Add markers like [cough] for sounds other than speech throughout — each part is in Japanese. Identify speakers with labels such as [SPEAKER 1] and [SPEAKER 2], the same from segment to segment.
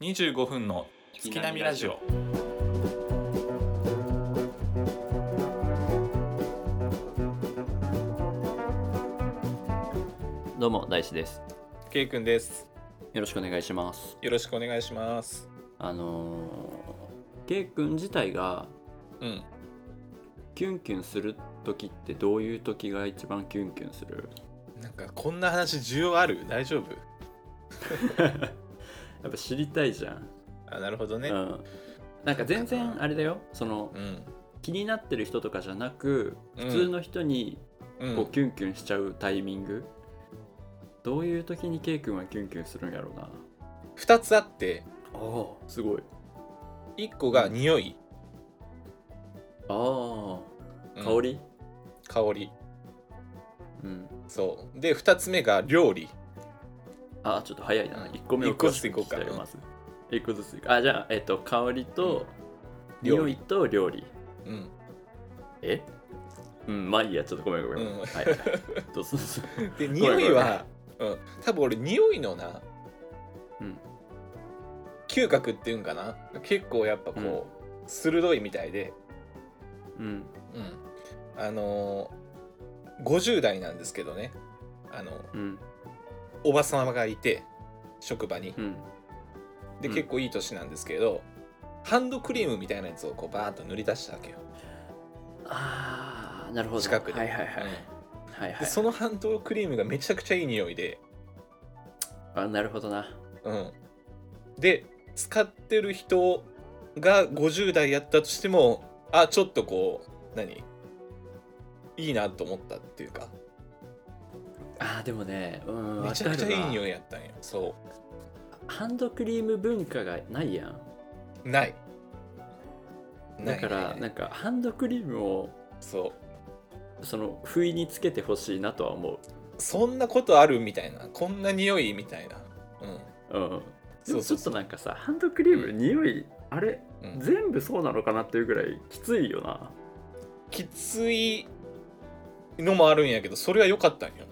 [SPEAKER 1] 25分の月並みラジオ。
[SPEAKER 2] どうも大志です。
[SPEAKER 1] ケイくんです。
[SPEAKER 2] よろしくお願いします。
[SPEAKER 1] よろしくお願いします。
[SPEAKER 2] あのー、ケイ君自体が
[SPEAKER 1] うん。
[SPEAKER 2] キュンキュンする時ってどういう時が一番キュンキュンする？
[SPEAKER 1] なんかこんな話需要ある？大丈夫？
[SPEAKER 2] やっぱ知りたいじゃん。
[SPEAKER 1] あ、なるほど
[SPEAKER 2] う
[SPEAKER 1] ね。
[SPEAKER 2] ん。なんか全然あれだよ。その
[SPEAKER 1] うん。
[SPEAKER 2] 気になってる人とかじゃなく、
[SPEAKER 1] うん
[SPEAKER 2] 普通の人に
[SPEAKER 1] うん。
[SPEAKER 2] こうキュンキュンしちゃうタイミング。どういう時にケイ君はキュンキュンするんやろうな。
[SPEAKER 1] 二つあって、
[SPEAKER 2] ああ、すごい。
[SPEAKER 1] 一個が匂い、
[SPEAKER 2] あ
[SPEAKER 1] う
[SPEAKER 2] あ、
[SPEAKER 1] ん
[SPEAKER 2] 香り。
[SPEAKER 1] 香り。
[SPEAKER 2] うん。
[SPEAKER 1] そう。で二つ目が料理。
[SPEAKER 2] あちょっと早いな
[SPEAKER 1] うん
[SPEAKER 2] 1個目を
[SPEAKER 1] 一個ずつ行こうか
[SPEAKER 2] 詳しく聞きたいよまず1個ずつ行こうあじゃあえっと香りと
[SPEAKER 1] うん料
[SPEAKER 2] 匂
[SPEAKER 1] 理
[SPEAKER 2] いと料理
[SPEAKER 1] うん。
[SPEAKER 2] えうんまあいいやちょっとごめんご
[SPEAKER 1] [laughs]
[SPEAKER 2] めん、
[SPEAKER 1] うん
[SPEAKER 2] はいはいどうぞどうぞ
[SPEAKER 1] で
[SPEAKER 2] ごめんご
[SPEAKER 1] [laughs] 匂
[SPEAKER 2] めん
[SPEAKER 1] いは、うん。多分俺匂いのな、
[SPEAKER 2] うん
[SPEAKER 1] 嗅覚っていうんかな。結構やっぱこう、鋭いみたいで、
[SPEAKER 2] うん
[SPEAKER 1] うん。あのー、50代なんですけどね。あの
[SPEAKER 2] うん
[SPEAKER 1] おばさまがいて職場に
[SPEAKER 2] うん
[SPEAKER 1] で
[SPEAKER 2] うん
[SPEAKER 1] 結構いい年なんですけど、ハンドクリームみたいなやつをこうバーッと塗り出したわけよ、
[SPEAKER 2] ああなるほど
[SPEAKER 1] 近くで
[SPEAKER 2] はいはいはい、
[SPEAKER 1] うん
[SPEAKER 2] はいは
[SPEAKER 1] で
[SPEAKER 2] い
[SPEAKER 1] そのハンドクリームがめちゃくちゃいい匂いで、
[SPEAKER 2] あなるほどな
[SPEAKER 1] うん、で使ってる人が50代やったとしてもあちょっとこう何いいなと思ったっていうか
[SPEAKER 2] あーでもねうん
[SPEAKER 1] めちゃくちゃいい匂
[SPEAKER 2] い
[SPEAKER 1] いやったんよそ
[SPEAKER 2] ハンドクリーム文化がないやん
[SPEAKER 1] うない
[SPEAKER 2] だか
[SPEAKER 1] ない
[SPEAKER 2] ら
[SPEAKER 1] ない
[SPEAKER 2] なんかハンドクリームを
[SPEAKER 1] そう
[SPEAKER 2] その不意につけてほしいなとは思う
[SPEAKER 1] そんなことあるみたいなこんな匂いみたいなうん
[SPEAKER 2] うん、で
[SPEAKER 1] そう
[SPEAKER 2] もち
[SPEAKER 1] そ
[SPEAKER 2] ょ
[SPEAKER 1] う
[SPEAKER 2] っ
[SPEAKER 1] そ
[SPEAKER 2] となんかさハンドクリーム匂いあれ
[SPEAKER 1] う、うん、
[SPEAKER 2] 全部そうなのかなっていうぐらいきついよな
[SPEAKER 1] きついのもあるんやけどそれは良かったんよ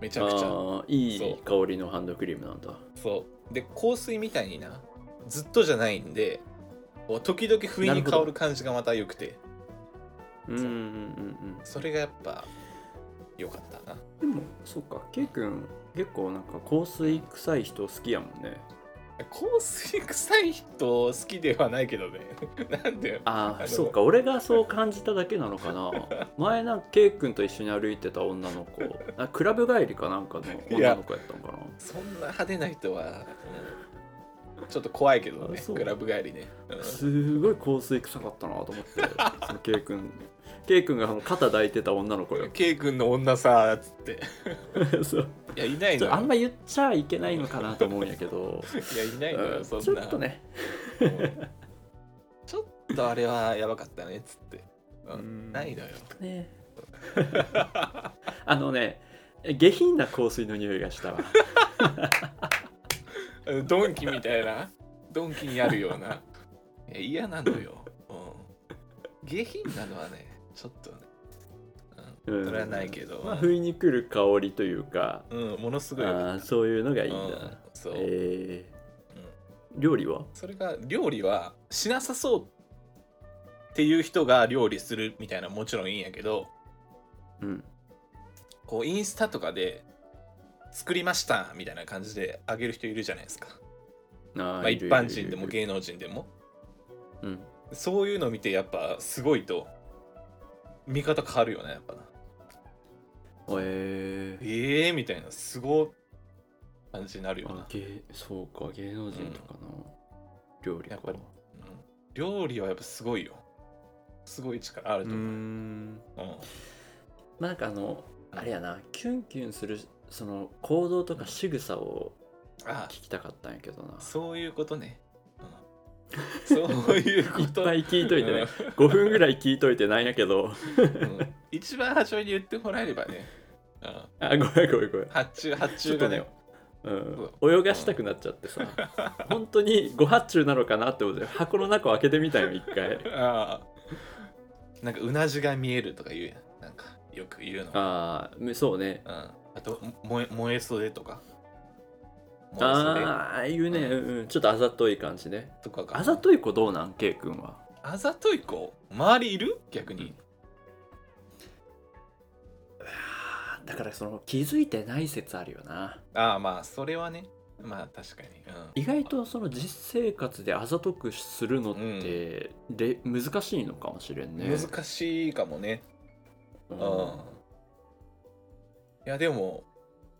[SPEAKER 1] めちゃくちゃ
[SPEAKER 2] あーい
[SPEAKER 1] そ
[SPEAKER 2] いう香りのハンドクリームなんだ
[SPEAKER 1] そうで香水みたいになずっとじゃないんでこう時々不意
[SPEAKER 2] な
[SPEAKER 1] に
[SPEAKER 2] るほ
[SPEAKER 1] 香
[SPEAKER 2] ど
[SPEAKER 1] る感じがまた良くて
[SPEAKER 2] うんうんうん
[SPEAKER 1] それがやっぱ良かったな
[SPEAKER 2] うんでもそうか K 君結構なんか香水臭い人好きやもんね
[SPEAKER 1] 香水臭い人好きではないけどね [laughs] なんで
[SPEAKER 2] あ
[SPEAKER 1] あ
[SPEAKER 2] あ
[SPEAKER 1] の
[SPEAKER 2] そうか俺がそう感じただけなのかな [laughs] 前なんか K 君と一緒に歩いてた女の子あクラブ帰りかなんかの女の子やったのかな
[SPEAKER 1] そんな派手な人は、うんちょっと怖いけどね
[SPEAKER 2] あそう
[SPEAKER 1] クラブ帰りね、うん
[SPEAKER 2] すごい香水臭かったなと思ってその K 君 K 君があの肩抱いてた女の子よ
[SPEAKER 1] K 君の女さつって
[SPEAKER 2] [laughs] そう
[SPEAKER 1] いやいない
[SPEAKER 2] ち
[SPEAKER 1] のよ
[SPEAKER 2] ょっとあんま言っちゃいけないのかなと思うんやけど
[SPEAKER 1] いやいないの
[SPEAKER 2] うん
[SPEAKER 1] よ
[SPEAKER 2] ち
[SPEAKER 1] そん
[SPEAKER 2] ょ
[SPEAKER 1] な
[SPEAKER 2] っとね
[SPEAKER 1] ちょっとあれはやばかったねっつって。う
[SPEAKER 2] うん
[SPEAKER 1] ん、ないのよ。
[SPEAKER 2] ね [laughs] あのね下品な香水の匂いがしたわ
[SPEAKER 1] ドンキみたいな、ドンキにあるような。いや嫌なのよ、うん。下品なのはね、ちょっとね。う
[SPEAKER 2] うん
[SPEAKER 1] ん、それはないけど、
[SPEAKER 2] まあ不意に来る香りというか
[SPEAKER 1] うん、ものす
[SPEAKER 2] あ
[SPEAKER 1] ごい良かっ
[SPEAKER 2] ーそういうのがい
[SPEAKER 1] た
[SPEAKER 2] いん
[SPEAKER 1] う
[SPEAKER 2] だ
[SPEAKER 1] ん、そう、
[SPEAKER 2] えー料理は
[SPEAKER 1] それが料理はしなさそうっていう人が料理するみたいなのもちろんいいんやけど、
[SPEAKER 2] うん
[SPEAKER 1] こうインスタとかで作りましたみたいな感じであげる人いるじゃないですか。
[SPEAKER 2] あー
[SPEAKER 1] まあ、
[SPEAKER 2] い
[SPEAKER 1] 一
[SPEAKER 2] るいる
[SPEAKER 1] 般人でも
[SPEAKER 2] いる
[SPEAKER 1] 芸能人でも
[SPEAKER 2] うん
[SPEAKER 1] そういうの見てやっぱすごいと見方変わるよねやっぱな
[SPEAKER 2] えー
[SPEAKER 1] ええー、みたいなすごい感じになるよ
[SPEAKER 2] あ
[SPEAKER 1] な、
[SPEAKER 2] 芸そうか芸能人とかの料理か
[SPEAKER 1] やっぱりうん料理はやっぱすごいよすごい力あ
[SPEAKER 2] う
[SPEAKER 1] る
[SPEAKER 2] ー
[SPEAKER 1] と思う、
[SPEAKER 2] ん
[SPEAKER 1] うん
[SPEAKER 2] まあなんかあの
[SPEAKER 1] うん
[SPEAKER 2] あれやなキュンキュンするその行動とか仕草を
[SPEAKER 1] あ
[SPEAKER 2] 聞きたかったんやけどな
[SPEAKER 1] そういうことね、うんそういうこ
[SPEAKER 2] [laughs] いっ
[SPEAKER 1] と
[SPEAKER 2] ぱい聞いといてね5分ぐらい聞いといてなんやけど
[SPEAKER 1] うんうん一番初めに言ってもらえればね、うん、
[SPEAKER 2] あごめんごめんごめん
[SPEAKER 1] 発注発
[SPEAKER 2] ちょ
[SPEAKER 1] 注
[SPEAKER 2] っと
[SPEAKER 1] が
[SPEAKER 2] ね
[SPEAKER 1] ね
[SPEAKER 2] うん、泳がしたくなっちゃってさ、本当にご発注なのかなって思って箱の中を開けてみたよ一回
[SPEAKER 1] ああなんかうなじが見えるとか言うやんなんかよく言うの
[SPEAKER 2] ああそうね
[SPEAKER 1] うんあとも燃え燃え袖とかあ
[SPEAKER 2] ああいうね、うんうん、ちょっとあざとい感じね
[SPEAKER 1] とかが
[SPEAKER 2] あざとい子どうなん K 君は
[SPEAKER 1] あざとい子周りいる逆に
[SPEAKER 2] あーだからその気づいてない説あるよな
[SPEAKER 1] ああまあそれはねまあ確かに、うん、
[SPEAKER 2] 意外とその実生活であざとくするのって、れ難しいのかもしれんね
[SPEAKER 1] 難しいかもね
[SPEAKER 2] うん
[SPEAKER 1] うんいやでも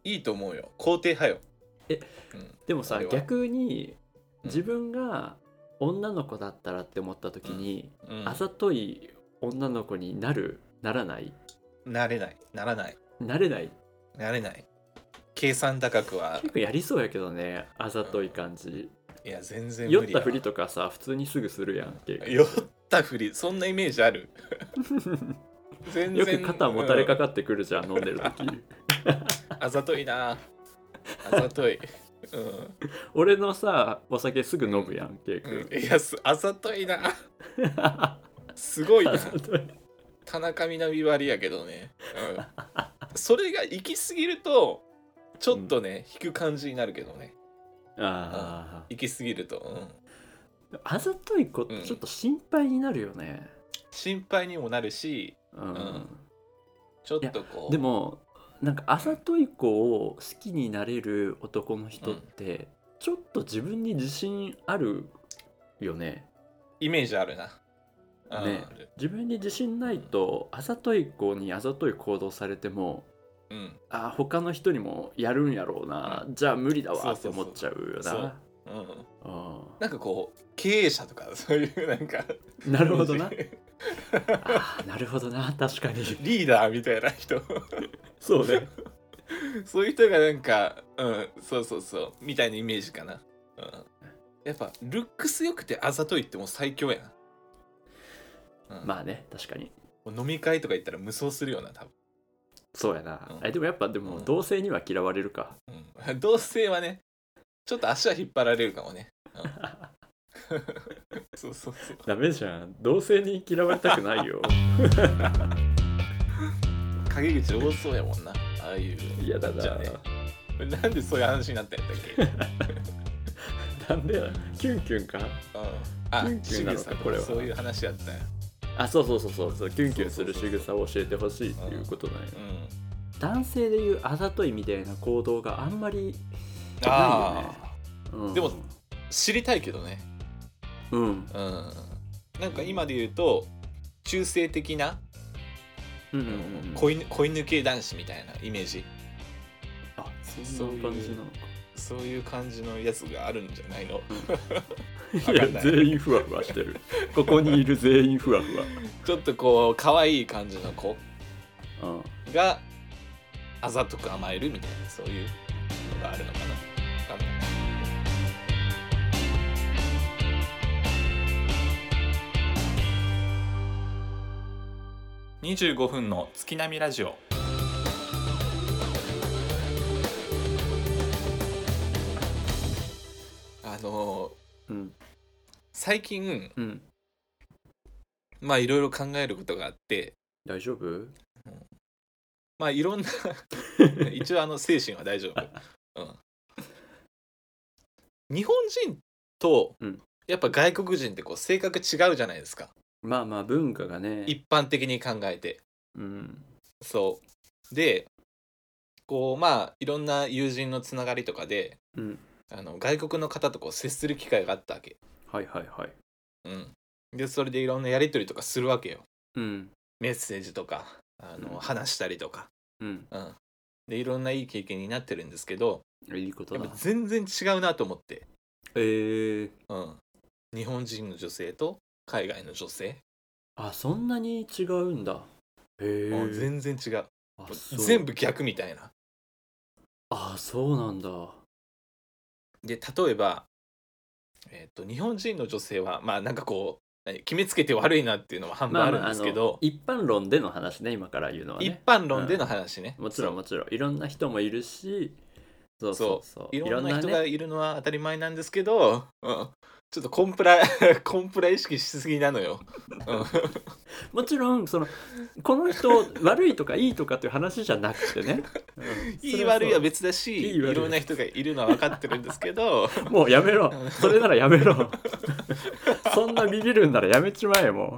[SPEAKER 1] いいと思うよ肯定派よ
[SPEAKER 2] え、
[SPEAKER 1] うん、
[SPEAKER 2] でも
[SPEAKER 1] あ
[SPEAKER 2] さ
[SPEAKER 1] れは
[SPEAKER 2] 逆に
[SPEAKER 1] うん
[SPEAKER 2] 自分が女の子だったらって思った時に、
[SPEAKER 1] うん
[SPEAKER 2] あざとい女の子になるならない
[SPEAKER 1] なれないならない
[SPEAKER 2] なれない
[SPEAKER 1] なれない計算高く
[SPEAKER 2] [laughs]
[SPEAKER 1] は
[SPEAKER 2] 結構やりそうやけどねあざとい感じ、
[SPEAKER 1] いや全然
[SPEAKER 2] 酔
[SPEAKER 1] 無
[SPEAKER 2] っ
[SPEAKER 1] 理だ
[SPEAKER 2] たふりとかさ普通にすぐするやんけ
[SPEAKER 1] 酔ったふりそんなイメージあ
[SPEAKER 2] [laughs]
[SPEAKER 1] る全然
[SPEAKER 2] よく肩もたれかかってくるじゃん、飲んでる時
[SPEAKER 1] うんあざといなあざとい、うん
[SPEAKER 2] 俺のさお酒すぐ飲むやんけ、
[SPEAKER 1] うん [laughs]
[SPEAKER 2] 君、
[SPEAKER 1] いやすあざといなすごいな
[SPEAKER 2] [laughs] あざとい
[SPEAKER 1] 田中みな実割りやけどね、
[SPEAKER 2] [laughs]
[SPEAKER 1] うん、それが行き過ぎるとちょっとね、引く感じになるけどね
[SPEAKER 2] あ
[SPEAKER 1] 行き過ぎると、うん、
[SPEAKER 2] ーあざとい子っ
[SPEAKER 1] う
[SPEAKER 2] て
[SPEAKER 1] ん
[SPEAKER 2] ちょっと心配になるよね、
[SPEAKER 1] 心配にもなるし
[SPEAKER 2] うん
[SPEAKER 1] うんちょっとこう
[SPEAKER 2] でもなんかあざとい子を好きになれる男の人って、ちょっと自分に自信あるよね
[SPEAKER 1] イメージあるな、うん
[SPEAKER 2] ね
[SPEAKER 1] ある
[SPEAKER 2] 自分に自信ないとあざとい子にあざとい行動されても
[SPEAKER 1] うん
[SPEAKER 2] あー他の人にもやるんやろうな、じゃあ無理だわって
[SPEAKER 1] そうそう
[SPEAKER 2] 思
[SPEAKER 1] そう
[SPEAKER 2] っちゃうよな
[SPEAKER 1] そううん、
[SPEAKER 2] あ
[SPEAKER 1] なんかこう経営者とか [laughs] そういうなんか
[SPEAKER 2] ーなる
[SPEAKER 1] [laughs]
[SPEAKER 2] ほどな
[SPEAKER 1] リ
[SPEAKER 2] あーなるほどな確かに
[SPEAKER 1] ーダーみたいな人 [laughs]
[SPEAKER 2] そうね
[SPEAKER 1] そういう人がなんかうんそうそうそうみたいなイメージかな、うん、やっぱルックス良くてあざといってもう最強やん、うん
[SPEAKER 2] まあね確かに
[SPEAKER 1] 飲み会とか行ったら無双するよな多分、
[SPEAKER 2] そうやな、
[SPEAKER 1] うん
[SPEAKER 2] えでもやっぱでも
[SPEAKER 1] うん
[SPEAKER 2] 同性には嫌われるか、
[SPEAKER 1] うん、 [laughs] 同性はねちょっと足は引っ張られるかもね、うん、 [laughs] そうそうそう
[SPEAKER 2] ダメじゃん同性に嫌われたくないよ
[SPEAKER 1] 陰口多そうやもんなああいう
[SPEAKER 2] [laughs] 嫌だな、
[SPEAKER 1] じゃあねなんでそういう話になったんやったっけ、うん、
[SPEAKER 2] なんでやキュンキュンか
[SPEAKER 1] あ
[SPEAKER 2] キュンキュンな
[SPEAKER 1] シグ
[SPEAKER 2] のか
[SPEAKER 1] さんと
[SPEAKER 2] これは
[SPEAKER 1] そういう話やったんや
[SPEAKER 2] あそうそうそうそうそうキュンキュンする仕草を教えてほしいっていうことなんや、
[SPEAKER 1] うん
[SPEAKER 2] 男性でいうあざといみたいな行動があんまり、
[SPEAKER 1] あ
[SPEAKER 2] ないよね
[SPEAKER 1] あ
[SPEAKER 2] うん
[SPEAKER 1] でも知りたいけどね
[SPEAKER 2] うん
[SPEAKER 1] うんなんか今で言うと中性的な
[SPEAKER 2] うんうんうん
[SPEAKER 1] 子犬子犬系男子みたいなイメージ
[SPEAKER 2] あそんな感じなのか
[SPEAKER 1] そういう感じのやつがあるんじゃないの
[SPEAKER 2] いや
[SPEAKER 1] わかんない
[SPEAKER 2] 全員ふわふわして [laughs] るここにいる全員ふわふ
[SPEAKER 1] ちょっとこう可愛い感じの子
[SPEAKER 2] わ、うん、
[SPEAKER 1] があざとく甘えるみたいなそういうのがあるのかなわかんない25分の月並みラジオあのー
[SPEAKER 2] うん
[SPEAKER 1] 最近
[SPEAKER 2] うん
[SPEAKER 1] まあいろいろ考えることがあって
[SPEAKER 2] 大丈夫 [laughs]
[SPEAKER 1] まあいろんな一応あの精神は大丈夫、うん、日本人と
[SPEAKER 2] うん
[SPEAKER 1] やっぱ外国人ってこう性格違うじゃないですか
[SPEAKER 2] まあまあ文化がね
[SPEAKER 1] 一般的に考えて
[SPEAKER 2] うん
[SPEAKER 1] そうでこうまあいろんな友人のつながりとかで
[SPEAKER 2] うん
[SPEAKER 1] あの外国の方とこう接する機会があったわけ、
[SPEAKER 2] はいはいはい
[SPEAKER 1] うん、でそれでいろんなやり取りとかするわけよ
[SPEAKER 2] うん
[SPEAKER 1] メッセージとかあ
[SPEAKER 2] うん
[SPEAKER 1] の話したりとか、
[SPEAKER 2] うん
[SPEAKER 1] うん、でいろんないい経験になってるんですけど、
[SPEAKER 2] いいこと
[SPEAKER 1] やっ
[SPEAKER 2] だ
[SPEAKER 1] ぱ全然違うなと思って、
[SPEAKER 2] えー、
[SPEAKER 1] うん、日本人の女性と海外の女性、
[SPEAKER 2] あそんなに違うんだへえ
[SPEAKER 1] もう全然違う
[SPEAKER 2] あそう
[SPEAKER 1] 全部逆みたいな
[SPEAKER 2] あそうなんだう
[SPEAKER 1] で例えば、えっと日本人の女性はまあなんかこう何決めつけて悪いなっていうのは半分あるんですけど、
[SPEAKER 2] 一般論での話ね今から言うのはね
[SPEAKER 1] 一般論での話ね、
[SPEAKER 2] もちろんもちろんいろんな人もいるしそうそうそう
[SPEAKER 1] いろんな人
[SPEAKER 2] ね
[SPEAKER 1] がいるのは当たり前なんですけど、うん、ちょっとコンプラ [laughs] コンプラ意識しすぎなのよ。う
[SPEAKER 2] もちろんそのこ
[SPEAKER 1] [laughs]
[SPEAKER 2] の人悪いとかいいとかっていう話じゃなくてね、うん
[SPEAKER 1] ん、 [laughs] い
[SPEAKER 2] そ
[SPEAKER 1] い
[SPEAKER 2] れはそう
[SPEAKER 1] 悪いは別だし
[SPEAKER 2] いい
[SPEAKER 1] い
[SPEAKER 2] 悪いは
[SPEAKER 1] ろんな人がいるのは分かってるんですけど
[SPEAKER 2] もうやめろそれならやめろ
[SPEAKER 1] [laughs]
[SPEAKER 2] そんなビビるんならやめちまえも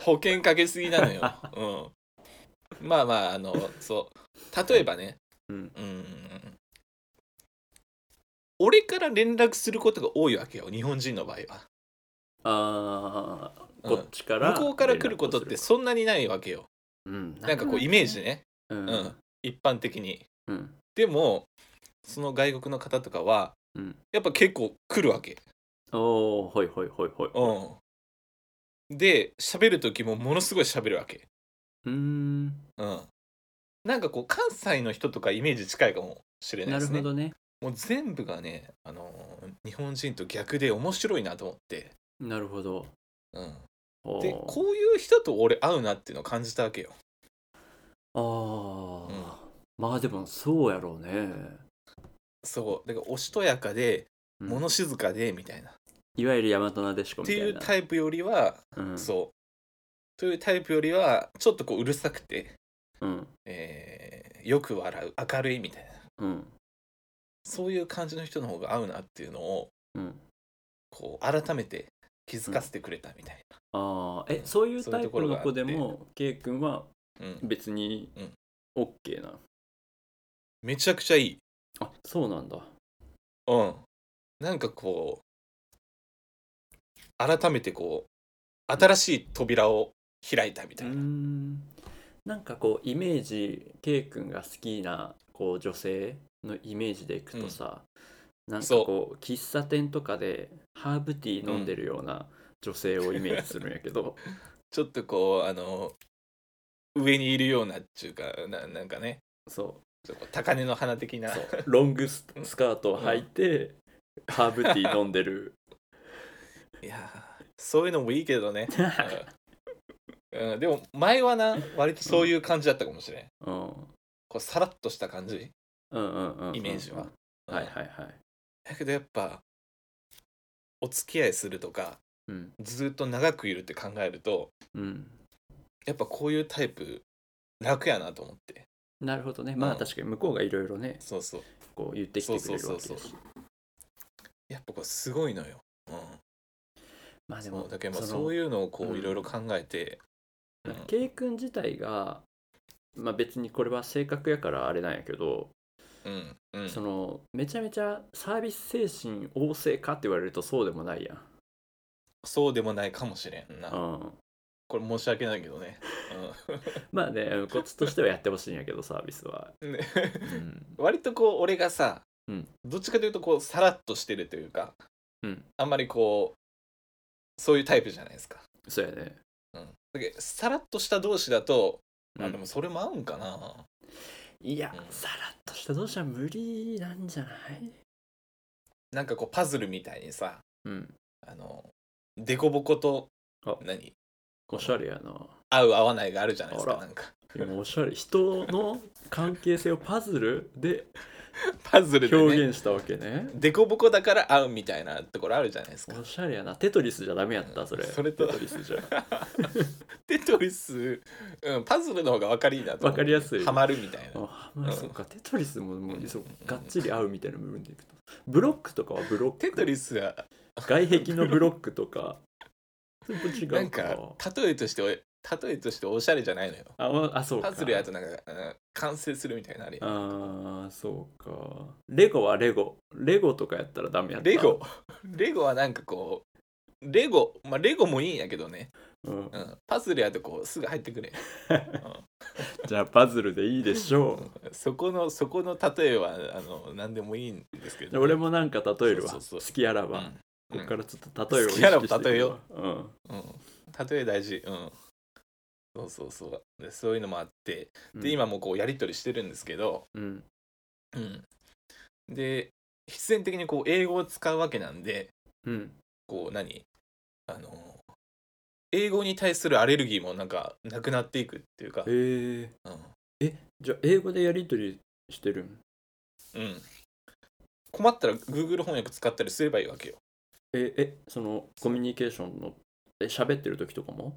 [SPEAKER 1] 保険かけすぎなの
[SPEAKER 2] [laughs]
[SPEAKER 1] よ。うん、まあまああのそう例えばね、
[SPEAKER 2] う、うん、
[SPEAKER 1] うん、俺から連絡することが多いわけよ日本人の場合は。
[SPEAKER 2] あー
[SPEAKER 1] うん
[SPEAKER 2] こっちから
[SPEAKER 1] 向こうから来ることってそんなにないわけよ。
[SPEAKER 2] うん
[SPEAKER 1] なんかこうイメージね、
[SPEAKER 2] う
[SPEAKER 1] うんん、一般的に。
[SPEAKER 2] うん
[SPEAKER 1] でもその外国の方とかは
[SPEAKER 2] うん
[SPEAKER 1] やっぱ結構来るわけ。
[SPEAKER 2] おおほいほいほいほい
[SPEAKER 1] うん、で喋る時もものすごい喋るわけ。
[SPEAKER 2] うーん
[SPEAKER 1] うん、なんかこう関西の人とかイメージ近いかもしれな
[SPEAKER 2] ない
[SPEAKER 1] で
[SPEAKER 2] る
[SPEAKER 1] すね
[SPEAKER 2] ほ。どね
[SPEAKER 1] もう全部がね、あのー日本人と逆で面白いなと思って。
[SPEAKER 2] なるほど
[SPEAKER 1] うん、
[SPEAKER 2] おー
[SPEAKER 1] でこういう人と俺会うなっていうのを感じたわけよ。
[SPEAKER 2] ああ、まあでもそうやろうね、
[SPEAKER 1] そうだからおしとやかで
[SPEAKER 2] うん
[SPEAKER 1] 物静かでみたいな。
[SPEAKER 2] いわゆる大和なでしこ
[SPEAKER 1] っ
[SPEAKER 2] み
[SPEAKER 1] て
[SPEAKER 2] た
[SPEAKER 1] い
[SPEAKER 2] いうな
[SPEAKER 1] タイプよりは
[SPEAKER 2] うん
[SPEAKER 1] そう。というタイプよりは、ちょっとこううるさくて、
[SPEAKER 2] うん
[SPEAKER 1] えーよく笑う、明るいみたいな、
[SPEAKER 2] うん
[SPEAKER 1] そういう感じの人の方が合うなっていうのを、
[SPEAKER 2] うん
[SPEAKER 1] こう、改めて気づかせてくれたみたい
[SPEAKER 2] ああえそういう
[SPEAKER 1] そうい
[SPEAKER 2] タ
[SPEAKER 1] う
[SPEAKER 2] イ
[SPEAKER 1] とこ
[SPEAKER 2] プ
[SPEAKER 1] ろがあ
[SPEAKER 2] の
[SPEAKER 1] って
[SPEAKER 2] 子でも K 君は
[SPEAKER 1] な。うん。
[SPEAKER 2] 別に
[SPEAKER 1] うん
[SPEAKER 2] OK な、
[SPEAKER 1] めちゃくちゃいい。
[SPEAKER 2] あそうなんだ
[SPEAKER 1] うん。なんかこう、改めてこう、新しい扉を開いたみ
[SPEAKER 2] う
[SPEAKER 1] た
[SPEAKER 2] ー
[SPEAKER 1] いな。
[SPEAKER 2] んなんかこうイメージ K 君が好きなこう女性のイメージでいくとさ、なんかこう喫茶店とかでハーブティー飲んでるような女性をイメージするんやけど、
[SPEAKER 1] ちょっとこう、あの、上にいるようなっていうか、ななんかね、
[SPEAKER 2] [laughs] そう
[SPEAKER 1] ちょっとこう高根の花的な。
[SPEAKER 2] そうロングススカートを履いて、ハーブティー飲ん
[SPEAKER 1] [laughs]
[SPEAKER 2] でる
[SPEAKER 1] [laughs] いやーそういうのもいいけ
[SPEAKER 2] [laughs]
[SPEAKER 1] どね。うん、でも前はな割とそういう感じだったかもしれん、
[SPEAKER 2] うん
[SPEAKER 1] こうさらっとした感じ、
[SPEAKER 2] うんうんうんうん
[SPEAKER 1] イメージはうん
[SPEAKER 2] はいはいはい
[SPEAKER 1] だけどやっぱお付き合いするとか
[SPEAKER 2] うん
[SPEAKER 1] ずっと長くいるって考えると
[SPEAKER 2] うん
[SPEAKER 1] やっぱこういうタイプ楽やなと思って
[SPEAKER 2] なるほどねま
[SPEAKER 1] う
[SPEAKER 2] あ
[SPEAKER 1] ん
[SPEAKER 2] 確かに向こうがいろいろね
[SPEAKER 1] そうそう
[SPEAKER 2] こう言ってきてくれるわけ
[SPEAKER 1] そうそう
[SPEAKER 2] だ
[SPEAKER 1] そう
[SPEAKER 2] し
[SPEAKER 1] やっぱこうすごいのよ、うん、
[SPEAKER 2] まあで
[SPEAKER 1] そ
[SPEAKER 2] も
[SPEAKER 1] うだけどまあ
[SPEAKER 2] そ
[SPEAKER 1] そう
[SPEAKER 2] う
[SPEAKER 1] いうのをこ
[SPEAKER 2] う
[SPEAKER 1] うんいろいろ考えて、うん
[SPEAKER 2] K 君自体がまあ別にこれは性格やからあれなんやけど、
[SPEAKER 1] うんうん
[SPEAKER 2] そのめちゃめちゃサービス精神旺盛かって言われるとそうでもないやん、
[SPEAKER 1] そうでもないかもしれんな、
[SPEAKER 2] うん、
[SPEAKER 1] これ申し訳ないけどね、
[SPEAKER 2] まあねこっちとしてはやってほしいんやけどサービスは、
[SPEAKER 1] うん、ね
[SPEAKER 2] うん、
[SPEAKER 1] 割とこう俺がさ、
[SPEAKER 2] うん
[SPEAKER 1] どっちかというとこうさらっとしてるというか、
[SPEAKER 2] うん
[SPEAKER 1] あんまりこうそういうタイプじゃないですか。
[SPEAKER 2] そうやね
[SPEAKER 1] うん、だけどさらっとした同士だと、
[SPEAKER 2] うん
[SPEAKER 1] あでもそれも合うんかな。
[SPEAKER 2] いや、
[SPEAKER 1] うん
[SPEAKER 2] さらっとした同士は無理なんじゃない
[SPEAKER 1] なんかこうパズルみたいにさ
[SPEAKER 2] うん。
[SPEAKER 1] あのデコボコと
[SPEAKER 2] あ
[SPEAKER 1] 何
[SPEAKER 2] おしゃれやな。
[SPEAKER 1] 合う合わないがあるじゃないですか
[SPEAKER 2] あら
[SPEAKER 1] なんか
[SPEAKER 2] 今おしゃれ。人の関係性をパズルで
[SPEAKER 1] パズルで、ね、
[SPEAKER 2] 表現したわけね。
[SPEAKER 1] デコボコだから合うみたいなところあるじゃないですか
[SPEAKER 2] お。しゃれやな。テトリスじゃダメやった、それ。
[SPEAKER 1] それと
[SPEAKER 2] テトリスじゃ。
[SPEAKER 1] テトリス、うん、パズルの方が分かりいいなと思う
[SPEAKER 2] わかりやすい
[SPEAKER 1] ハマるみたいな。
[SPEAKER 2] あ、まあ、そうか。テトリスもも
[SPEAKER 1] うん
[SPEAKER 2] うそうがっちり合うみたいな部分でいくと。ブロックとかはブロック。
[SPEAKER 1] テトリスは
[SPEAKER 2] 外壁のブロックとか。それも違う
[SPEAKER 1] なんか例えとして例えとしておしゃれじゃないのよ。
[SPEAKER 2] あ、まああ、そうか。
[SPEAKER 1] パズルやとなんか、うん完成するみたいなのあれ。
[SPEAKER 2] ああ、そうか。レゴはレゴ。レゴとかやったらダメやった。
[SPEAKER 1] レゴレゴはなんかこうレゴまあレゴもいいんやけどね、
[SPEAKER 2] うん
[SPEAKER 1] うん、パズルやとこうすぐ入ってくれ、
[SPEAKER 2] じゃあパズルでいいでしょ
[SPEAKER 1] うんそこのそこの例えはあの何でもいいんですけ
[SPEAKER 2] う。
[SPEAKER 1] ど、
[SPEAKER 2] 俺もなんか例えるわ。
[SPEAKER 1] そうそうそう
[SPEAKER 2] 好きあら
[SPEAKER 1] う
[SPEAKER 2] ば、
[SPEAKER 1] ん、
[SPEAKER 2] ここからちょっと例えを
[SPEAKER 1] 好きあらば
[SPEAKER 2] 意識して
[SPEAKER 1] 例え
[SPEAKER 2] いくわ
[SPEAKER 1] よ。
[SPEAKER 2] う
[SPEAKER 1] う
[SPEAKER 2] ん。
[SPEAKER 1] ん、例え大事うんそうそうそうでそういうのもあって
[SPEAKER 2] うん
[SPEAKER 1] で、今もこうやり取りしてるんですけど、
[SPEAKER 2] うん。
[SPEAKER 1] うん、で必然的にこう英語を使うわけなんで、
[SPEAKER 2] うん。
[SPEAKER 1] こう何あの英語に対するアレルギーもなんかなくなっていくっていうか、
[SPEAKER 2] へえ
[SPEAKER 1] うん
[SPEAKER 2] え、じゃあ英語でやりとりしてるん
[SPEAKER 1] うん困ったら Google 翻訳使ったりすればいいわけよ。
[SPEAKER 2] え、え、そのコミュニケーションの、え、喋ってる時とかも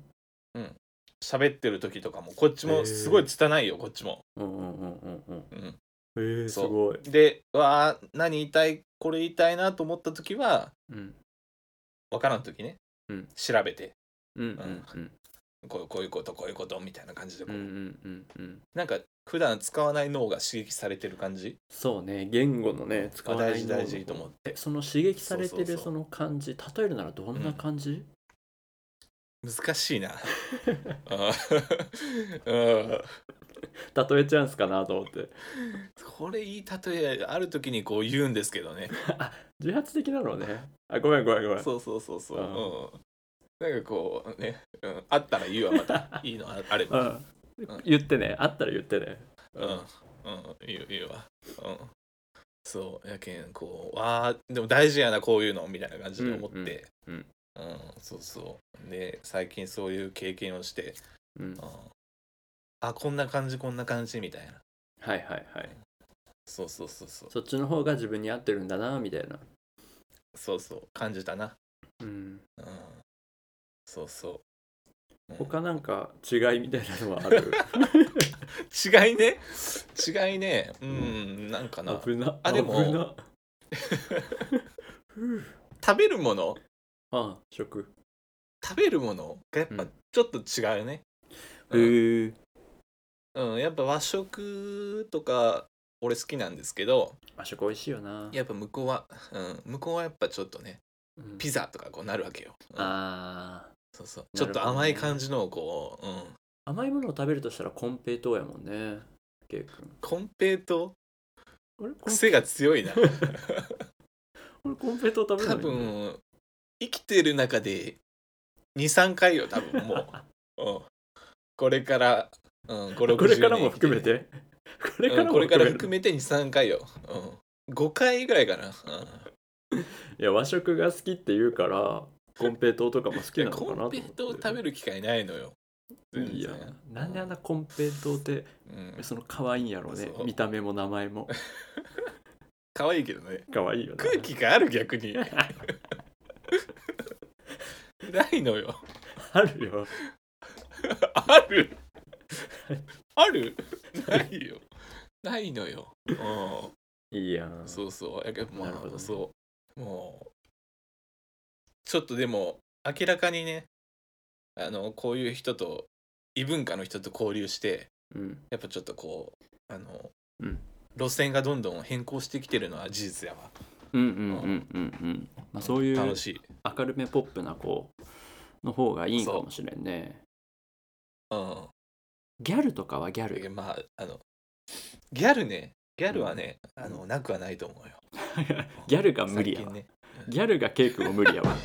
[SPEAKER 1] 喋ってる時とかもこっちもすごい拙いよこっちも。
[SPEAKER 2] うんうんうんうんうん。
[SPEAKER 1] うん、
[SPEAKER 2] えー、す
[SPEAKER 1] そう
[SPEAKER 2] ごい。
[SPEAKER 1] でうわー何言いたいこれ言いたいなと思った時は
[SPEAKER 2] うん
[SPEAKER 1] 分からん時ね、
[SPEAKER 2] うん
[SPEAKER 1] 調べて
[SPEAKER 2] うんうんうん
[SPEAKER 1] こうこういうことこういうことみたいな感じでこ
[SPEAKER 2] う
[SPEAKER 1] う、
[SPEAKER 2] んうんうんうん。
[SPEAKER 1] なんか普段使わない脳が刺激されてる感じ
[SPEAKER 2] そうね、言語のね、使わない
[SPEAKER 1] 大事
[SPEAKER 2] 能力
[SPEAKER 1] 大事いいと思う
[SPEAKER 2] え、その刺激されて
[SPEAKER 1] そうそう
[SPEAKER 2] る
[SPEAKER 1] そう
[SPEAKER 2] その感じ、例えるならどんな感じ
[SPEAKER 1] 難しい
[SPEAKER 2] [laughs]
[SPEAKER 1] なあーうん
[SPEAKER 2] 例えちゃうんすかなと思って。
[SPEAKER 1] これいい例えある時にこう言うんですけどね
[SPEAKER 2] 自発的なのね。あ、ごめんごめんごめん。
[SPEAKER 1] そうそうそうそう、うん、なんかこうね、うん、あったら言うわまたいいのああれば
[SPEAKER 2] うん言ってね、あったら言ってね。
[SPEAKER 1] うん、うん、いいよいいわ。うん。そう、やけん、こう、わあ、でも大事やな、こういうの、みたいな感じで思って。
[SPEAKER 2] うんうん
[SPEAKER 1] うんそうそう。で、最近そういう経験をして、
[SPEAKER 2] うん
[SPEAKER 1] うん、あ、こんな感じ、こんな感じ、みたいな。
[SPEAKER 2] はいはいはい。
[SPEAKER 1] そうそうそうそう。
[SPEAKER 2] そっちの方が自分に合ってるんだな、みたいな。
[SPEAKER 1] そうそう、感じたな。
[SPEAKER 2] うん。
[SPEAKER 1] うん。そうそ
[SPEAKER 2] 他なんか違いみたいなのはある。
[SPEAKER 1] う。違いね。違いね。うん、なんかな。
[SPEAKER 2] 危 [laughs] な。
[SPEAKER 1] あでも
[SPEAKER 2] 危な。 [laughs] ふう
[SPEAKER 1] 食べるもの、
[SPEAKER 2] あ、食。
[SPEAKER 1] 食べるものがやっ
[SPEAKER 2] う
[SPEAKER 1] ぱ
[SPEAKER 2] ん
[SPEAKER 1] ちょっと違うね。
[SPEAKER 2] へえ。
[SPEAKER 1] うん、やっぱ和食とか俺好きなんですけど
[SPEAKER 2] 和食美味しいよな。
[SPEAKER 1] やっぱ向こうは、うん、向こうはやっぱちょっとね
[SPEAKER 2] うん
[SPEAKER 1] ピザとかこうなるわけよ、うん
[SPEAKER 2] あ
[SPEAKER 1] そうそうち
[SPEAKER 2] な
[SPEAKER 1] ょっ
[SPEAKER 2] るほどね
[SPEAKER 1] と甘い感じのをこう、うん、
[SPEAKER 2] ー甘いものを食べるとしたらコンペイトーやもんね。ケイ君。
[SPEAKER 1] コンペイト
[SPEAKER 2] あれコン
[SPEAKER 1] 癖が強いな
[SPEAKER 2] 俺コンペイトー食べな
[SPEAKER 1] 多
[SPEAKER 2] いの
[SPEAKER 1] 分生きてる中で23回よ多分も
[SPEAKER 2] [laughs]
[SPEAKER 1] う、うん、これから、うん、5 6
[SPEAKER 2] これからも含め、て。こ
[SPEAKER 1] 60
[SPEAKER 2] れ
[SPEAKER 1] 年生きてね
[SPEAKER 2] か
[SPEAKER 1] [laughs]
[SPEAKER 2] ら
[SPEAKER 1] うん
[SPEAKER 2] も
[SPEAKER 1] これから
[SPEAKER 2] 含
[SPEAKER 1] 含
[SPEAKER 2] め
[SPEAKER 1] めて23回よ、うん、5回ぐらいかな、うん
[SPEAKER 2] て。いや、和食が好きって言うから、コンペイトーとかも好
[SPEAKER 1] い
[SPEAKER 2] きな
[SPEAKER 1] や
[SPEAKER 2] のかな
[SPEAKER 1] コ
[SPEAKER 2] と思
[SPEAKER 1] ン
[SPEAKER 2] って。
[SPEAKER 1] ペイトを食べる機会ないのよ全然
[SPEAKER 2] いや、なんであんなコンペイトーって、
[SPEAKER 1] うん
[SPEAKER 2] その可愛いんやろうね
[SPEAKER 1] そ。う
[SPEAKER 2] 見た目も名前も。
[SPEAKER 1] 可愛いけどね
[SPEAKER 2] 可愛いよね。
[SPEAKER 1] 空気がある逆にないのよ
[SPEAKER 2] [laughs] あるよ。
[SPEAKER 1] あるあるないよないのよう
[SPEAKER 2] いいやん
[SPEAKER 1] ん。そうそうやけどま
[SPEAKER 2] なるほ
[SPEAKER 1] あ、
[SPEAKER 2] どね
[SPEAKER 1] そうもうちょっとでも明らかにねあのこういう人と異文化の人と交流して
[SPEAKER 2] うん。
[SPEAKER 1] やっぱちょっとこうあの、
[SPEAKER 2] うん
[SPEAKER 1] 路線がどんどん変更してきてるのは事実やわ
[SPEAKER 2] うんうんうんうんうん。まあそういう
[SPEAKER 1] 楽しい、
[SPEAKER 2] 明るめポップな子の方がいいんかもしれんね。
[SPEAKER 1] うん、
[SPEAKER 2] ギャルとかはギャル
[SPEAKER 1] え。まああのギャルねギャルはね、あのなくはないと思うよ
[SPEAKER 2] [laughs] ギャルが無理や
[SPEAKER 1] 最
[SPEAKER 2] わ
[SPEAKER 1] 近。ね
[SPEAKER 2] ギャルがケイ君も無理やわ。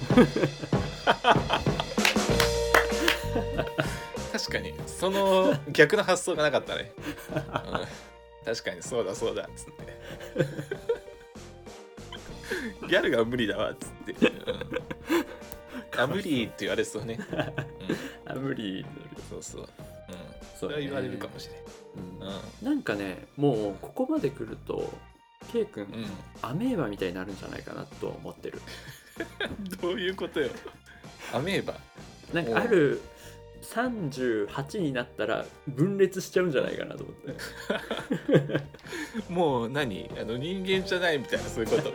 [SPEAKER 1] 確かにその逆の発想がなかったね、うん確かにそうだそうだっつってギャルが無理だわっつって、うん、あ無理って言われそうね、うん、
[SPEAKER 2] [laughs] あ無理。
[SPEAKER 1] そうそう、うん、
[SPEAKER 2] そ
[SPEAKER 1] そうれ
[SPEAKER 2] や
[SPEAKER 1] は
[SPEAKER 2] ね
[SPEAKER 1] 言われるかもしれ
[SPEAKER 2] うん
[SPEAKER 1] ない、
[SPEAKER 2] なんかね、もうここまで来ると、ケイ
[SPEAKER 1] う
[SPEAKER 2] 君、
[SPEAKER 1] ん
[SPEAKER 2] アメーバみたいになるんじゃないかなと思ってる。
[SPEAKER 1] うん、どういうことよアメーバ
[SPEAKER 2] なんかある38になったら分裂しちゃうんじゃないかなと思って。
[SPEAKER 1] もう何あの人間じゃないみたいなそういうこと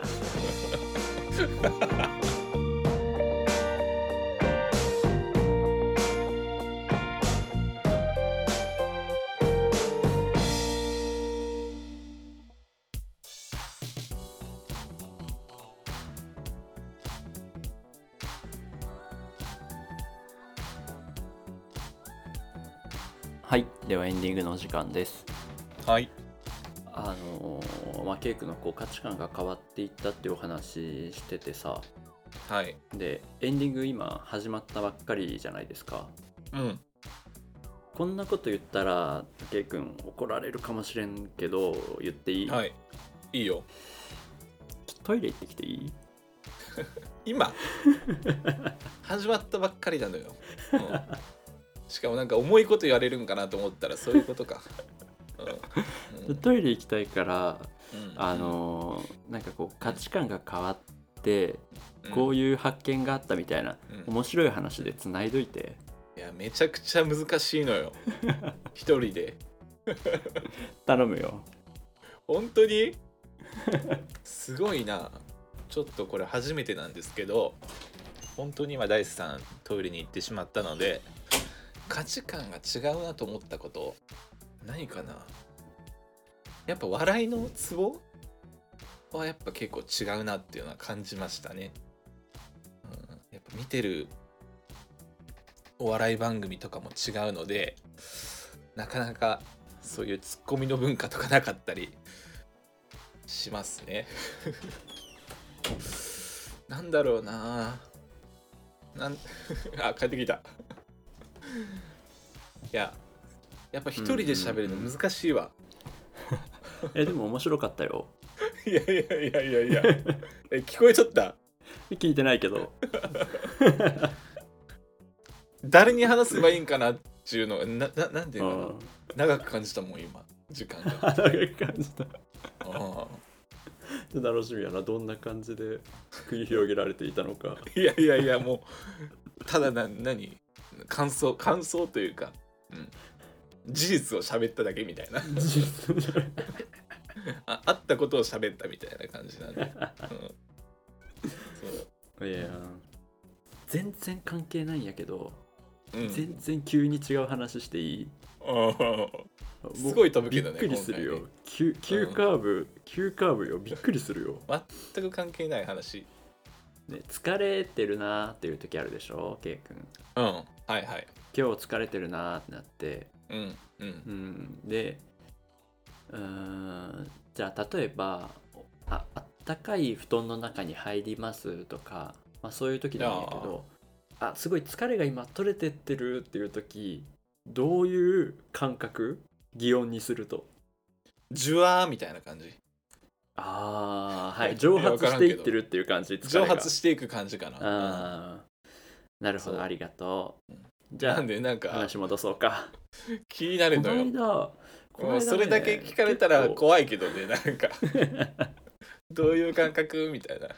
[SPEAKER 2] はい、ではエンディングのお時間です。
[SPEAKER 1] はい
[SPEAKER 2] あのーまあ、ケイ君のこう価値観が変わっていったっていうお話しててさ
[SPEAKER 1] はい
[SPEAKER 2] でエンディング今始まったばっかりじゃないですか
[SPEAKER 1] うん
[SPEAKER 2] こんなこと言ったらケイ君怒られるかもしれんけど言っていい、
[SPEAKER 1] はいいいよ
[SPEAKER 2] トイレ行ってきていい
[SPEAKER 1] 今始まったばっかりなのよ、うんしかもなんか重いこと言われるんかなと思ったらそういうことか、うんうん
[SPEAKER 2] トイレ行きたいから
[SPEAKER 1] うん
[SPEAKER 2] あのーなんかこう価値観が変わってこういう発見があったみたいな
[SPEAKER 1] うん、うん
[SPEAKER 2] 面白い話でつないどいて
[SPEAKER 1] いやめちゃくちゃ難しいのよ一人で
[SPEAKER 2] 頼むよ
[SPEAKER 1] 本当にすごいなちょっとこれ初めてなんですけど本当に今大地さんトイレに行ってしまったので価値観が違うなと思ったこと何かなやっぱ笑いのツボはやっぱ結構違うなっていうのは感じましたね、うん、やっぱ見てるお笑い番組とかも違うのでなかなかそういうツッコミの文化とかなかったりしますね。 [laughs] なんだろうななん [laughs] あ帰ってきた。いややっぱ一人で喋るの難しいわ。
[SPEAKER 2] えでも面白かったよ
[SPEAKER 1] いやいやいやいやいやえ聞こえちゃった
[SPEAKER 2] 聞いてないけど
[SPEAKER 1] 誰に話せばいいんかなっていうのがなななんていう
[SPEAKER 2] う
[SPEAKER 1] のか
[SPEAKER 2] [laughs]
[SPEAKER 1] なん長く感じたもん今時間が。
[SPEAKER 2] 肌が感じた
[SPEAKER 1] あ
[SPEAKER 2] 楽しみやなどんな感じで繰り広げられていたの
[SPEAKER 1] [laughs]
[SPEAKER 2] か
[SPEAKER 1] ーいやいやいやもうただな何感想感想というか、うん、事実を喋っただけみたいな。ああったことを喋ったみたいな感じなんで、うんそう
[SPEAKER 2] いや全然関係ないんやけど、
[SPEAKER 1] うん
[SPEAKER 2] 全然急に違う話していい
[SPEAKER 1] あ
[SPEAKER 2] もう
[SPEAKER 1] すごい飛ぶけどね
[SPEAKER 2] びっくりするよ
[SPEAKER 1] 今
[SPEAKER 2] 急急カーブ、急カーブよびっくりするよ、
[SPEAKER 1] ー全く関係ない話
[SPEAKER 2] ね、疲れてるなーっていう時あるでしょ K 君
[SPEAKER 1] うんはいはい
[SPEAKER 2] 今日疲れてるなーってなって
[SPEAKER 1] うんうん
[SPEAKER 2] うんでうーんじゃあ例えばああったかい布団の中に入りますとか、まあ、そういう時でもいいんだけどあすごい疲れが今取れてってるっていう時どういう感覚擬音にすると
[SPEAKER 1] ジュワーみたいな感じ
[SPEAKER 2] ああはいい蒸発していってるっていう感じ疲
[SPEAKER 1] 蒸
[SPEAKER 2] れが
[SPEAKER 1] 発していく感じかな、
[SPEAKER 2] あーなるほ
[SPEAKER 1] そう
[SPEAKER 2] どありがとうじ
[SPEAKER 1] うんな
[SPEAKER 2] ゃ
[SPEAKER 1] んでなん
[SPEAKER 2] あ
[SPEAKER 1] か
[SPEAKER 2] 話戻そうか
[SPEAKER 1] 気にな
[SPEAKER 2] こ
[SPEAKER 1] る
[SPEAKER 2] の
[SPEAKER 1] のよ
[SPEAKER 2] 間この
[SPEAKER 1] も
[SPEAKER 2] 間
[SPEAKER 1] う
[SPEAKER 2] ね
[SPEAKER 1] それだけ聞かれたら
[SPEAKER 2] 結構
[SPEAKER 1] 怖いけどねなん
[SPEAKER 2] [laughs]
[SPEAKER 1] かどういう感覚みたいな [laughs]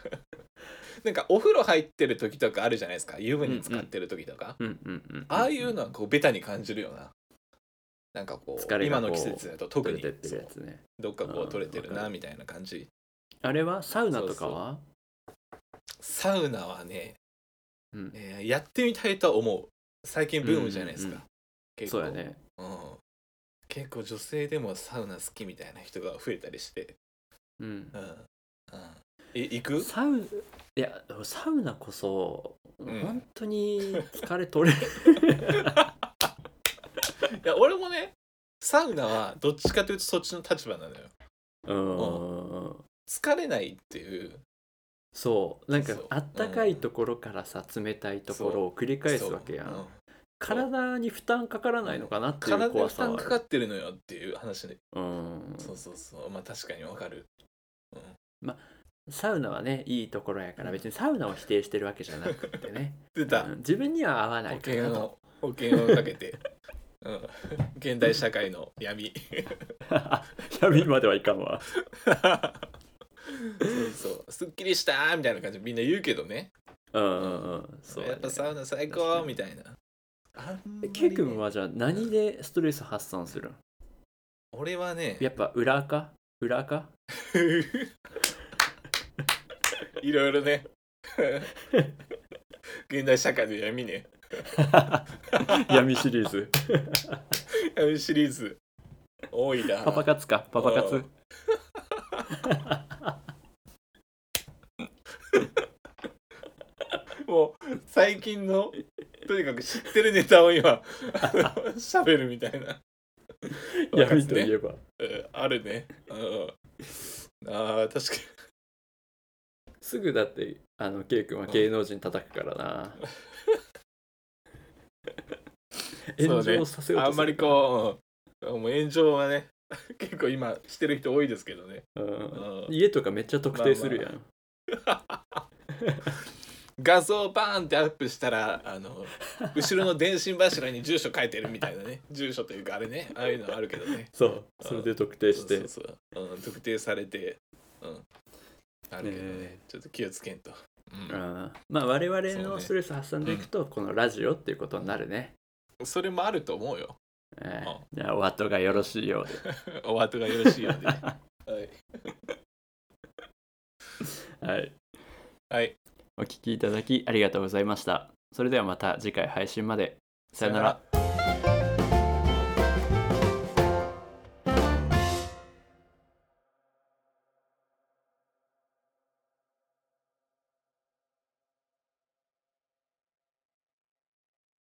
[SPEAKER 1] なんかお風呂入ってる時とかあるじゃないですか湯船に使ってる時とか、
[SPEAKER 2] うんうんうんうん
[SPEAKER 1] ああいうのはこうベタに感じるよな。なんかこう
[SPEAKER 2] 疲れが
[SPEAKER 1] 今
[SPEAKER 2] こう
[SPEAKER 1] の季節だと特に
[SPEAKER 2] 取れてってるや
[SPEAKER 1] そう
[SPEAKER 2] つね
[SPEAKER 1] どっかこう取れてる
[SPEAKER 2] うんわか
[SPEAKER 1] な
[SPEAKER 2] る
[SPEAKER 1] みたいな感じ。
[SPEAKER 2] あれはサウナとかは
[SPEAKER 1] サウナはね、
[SPEAKER 2] うん
[SPEAKER 1] えーやってみたいとは思う。最近ブームじゃないですか。
[SPEAKER 2] うんうん
[SPEAKER 1] 結構
[SPEAKER 2] そうやね
[SPEAKER 1] うん結構女性でもサウナ好きみたいな人が増えたりして。
[SPEAKER 2] うん
[SPEAKER 1] うんうん、え行く
[SPEAKER 2] サウいやサウナこそ
[SPEAKER 1] ん
[SPEAKER 2] 本当に疲れ取れ
[SPEAKER 1] [laughs]
[SPEAKER 2] る
[SPEAKER 1] いや俺もねサウナはどっちかというとそっちの立場なのよ。
[SPEAKER 2] うーん
[SPEAKER 1] 疲れないっていう
[SPEAKER 2] そうなんか
[SPEAKER 1] そう
[SPEAKER 2] あったかいところからさ冷たいところを繰り返すわけや
[SPEAKER 1] そううん
[SPEAKER 2] ん体に負担かからないのかなっていう
[SPEAKER 1] 体に
[SPEAKER 2] 怖
[SPEAKER 1] 負
[SPEAKER 2] さ
[SPEAKER 1] 担
[SPEAKER 2] は
[SPEAKER 1] か
[SPEAKER 2] あ
[SPEAKER 1] か
[SPEAKER 2] る
[SPEAKER 1] ってるのよっていう話で、
[SPEAKER 2] うん
[SPEAKER 1] そうそうそうまあ確かにわかる
[SPEAKER 2] サウナはねいいところやから別にサウナを否定してるわけじゃなくってね
[SPEAKER 1] 出た、
[SPEAKER 2] うん自分には合わな
[SPEAKER 1] 保
[SPEAKER 2] いか
[SPEAKER 1] 険
[SPEAKER 2] なと
[SPEAKER 1] を保険をかけて、うん、現代社会の
[SPEAKER 2] [laughs]
[SPEAKER 1] 闇
[SPEAKER 2] 闇ま [laughs] ではいかんわ
[SPEAKER 1] そうそうすっきりしたーみたいな感じでみんな言うけどね
[SPEAKER 2] うんうんうんそう
[SPEAKER 1] やっぱサウナ最高みたいなあんまりね
[SPEAKER 2] ケイ君はじゃあ何でストレス発散するの
[SPEAKER 1] 俺はね
[SPEAKER 2] やっぱ裏垢裏垢
[SPEAKER 1] [laughs] いろいろね現代社会の闇ね
[SPEAKER 2] 闇シリーズ
[SPEAKER 1] 闇シリーズ多いな
[SPEAKER 2] パパ活かパパ活
[SPEAKER 1] もう最近のとにかく知ってるネタを今 [laughs] あの喋るみたいな。
[SPEAKER 2] [laughs] 闇といえば
[SPEAKER 1] うんあるね。うん、あ
[SPEAKER 2] [laughs]
[SPEAKER 1] あ確か
[SPEAKER 2] すぐだってあのケイ君は芸能人叩くか
[SPEAKER 1] [laughs]
[SPEAKER 2] らな、
[SPEAKER 1] うん
[SPEAKER 2] 炎上させ
[SPEAKER 1] に
[SPEAKER 2] よ
[SPEAKER 1] あ
[SPEAKER 2] うと
[SPEAKER 1] ん
[SPEAKER 2] す
[SPEAKER 1] ま
[SPEAKER 2] る
[SPEAKER 1] り
[SPEAKER 2] から
[SPEAKER 1] こう,、うんもう炎上はね [laughs] 結構今してる人多いですけどね。
[SPEAKER 2] うん
[SPEAKER 1] うん
[SPEAKER 2] 家とかめっちゃ特定するやん、
[SPEAKER 1] 画像バーンってアップしたらあの後ろの電信柱に住所書いてるみたいなね [laughs] 住所というかあれねああいうのあるけどね。
[SPEAKER 2] そうそれで特定して
[SPEAKER 1] そうそうそううん特定されてあるけどね
[SPEAKER 2] ね
[SPEAKER 1] ちょっと気をつけんと、うん
[SPEAKER 2] うん、まあ我々
[SPEAKER 1] そう
[SPEAKER 2] の
[SPEAKER 1] ね
[SPEAKER 2] ストレス発散でいくと、このラジオっていうことになるね、
[SPEAKER 1] それもあると思うよ [laughs]
[SPEAKER 2] ええ
[SPEAKER 1] あ
[SPEAKER 2] じゃあお後がよろしいようで
[SPEAKER 1] [laughs] お後がよろしいよう
[SPEAKER 2] [laughs]
[SPEAKER 1] で、はい、
[SPEAKER 2] はい、
[SPEAKER 1] はい、
[SPEAKER 2] お聞きいただきありがとうございました。それではまた次回配信まで。さよなら。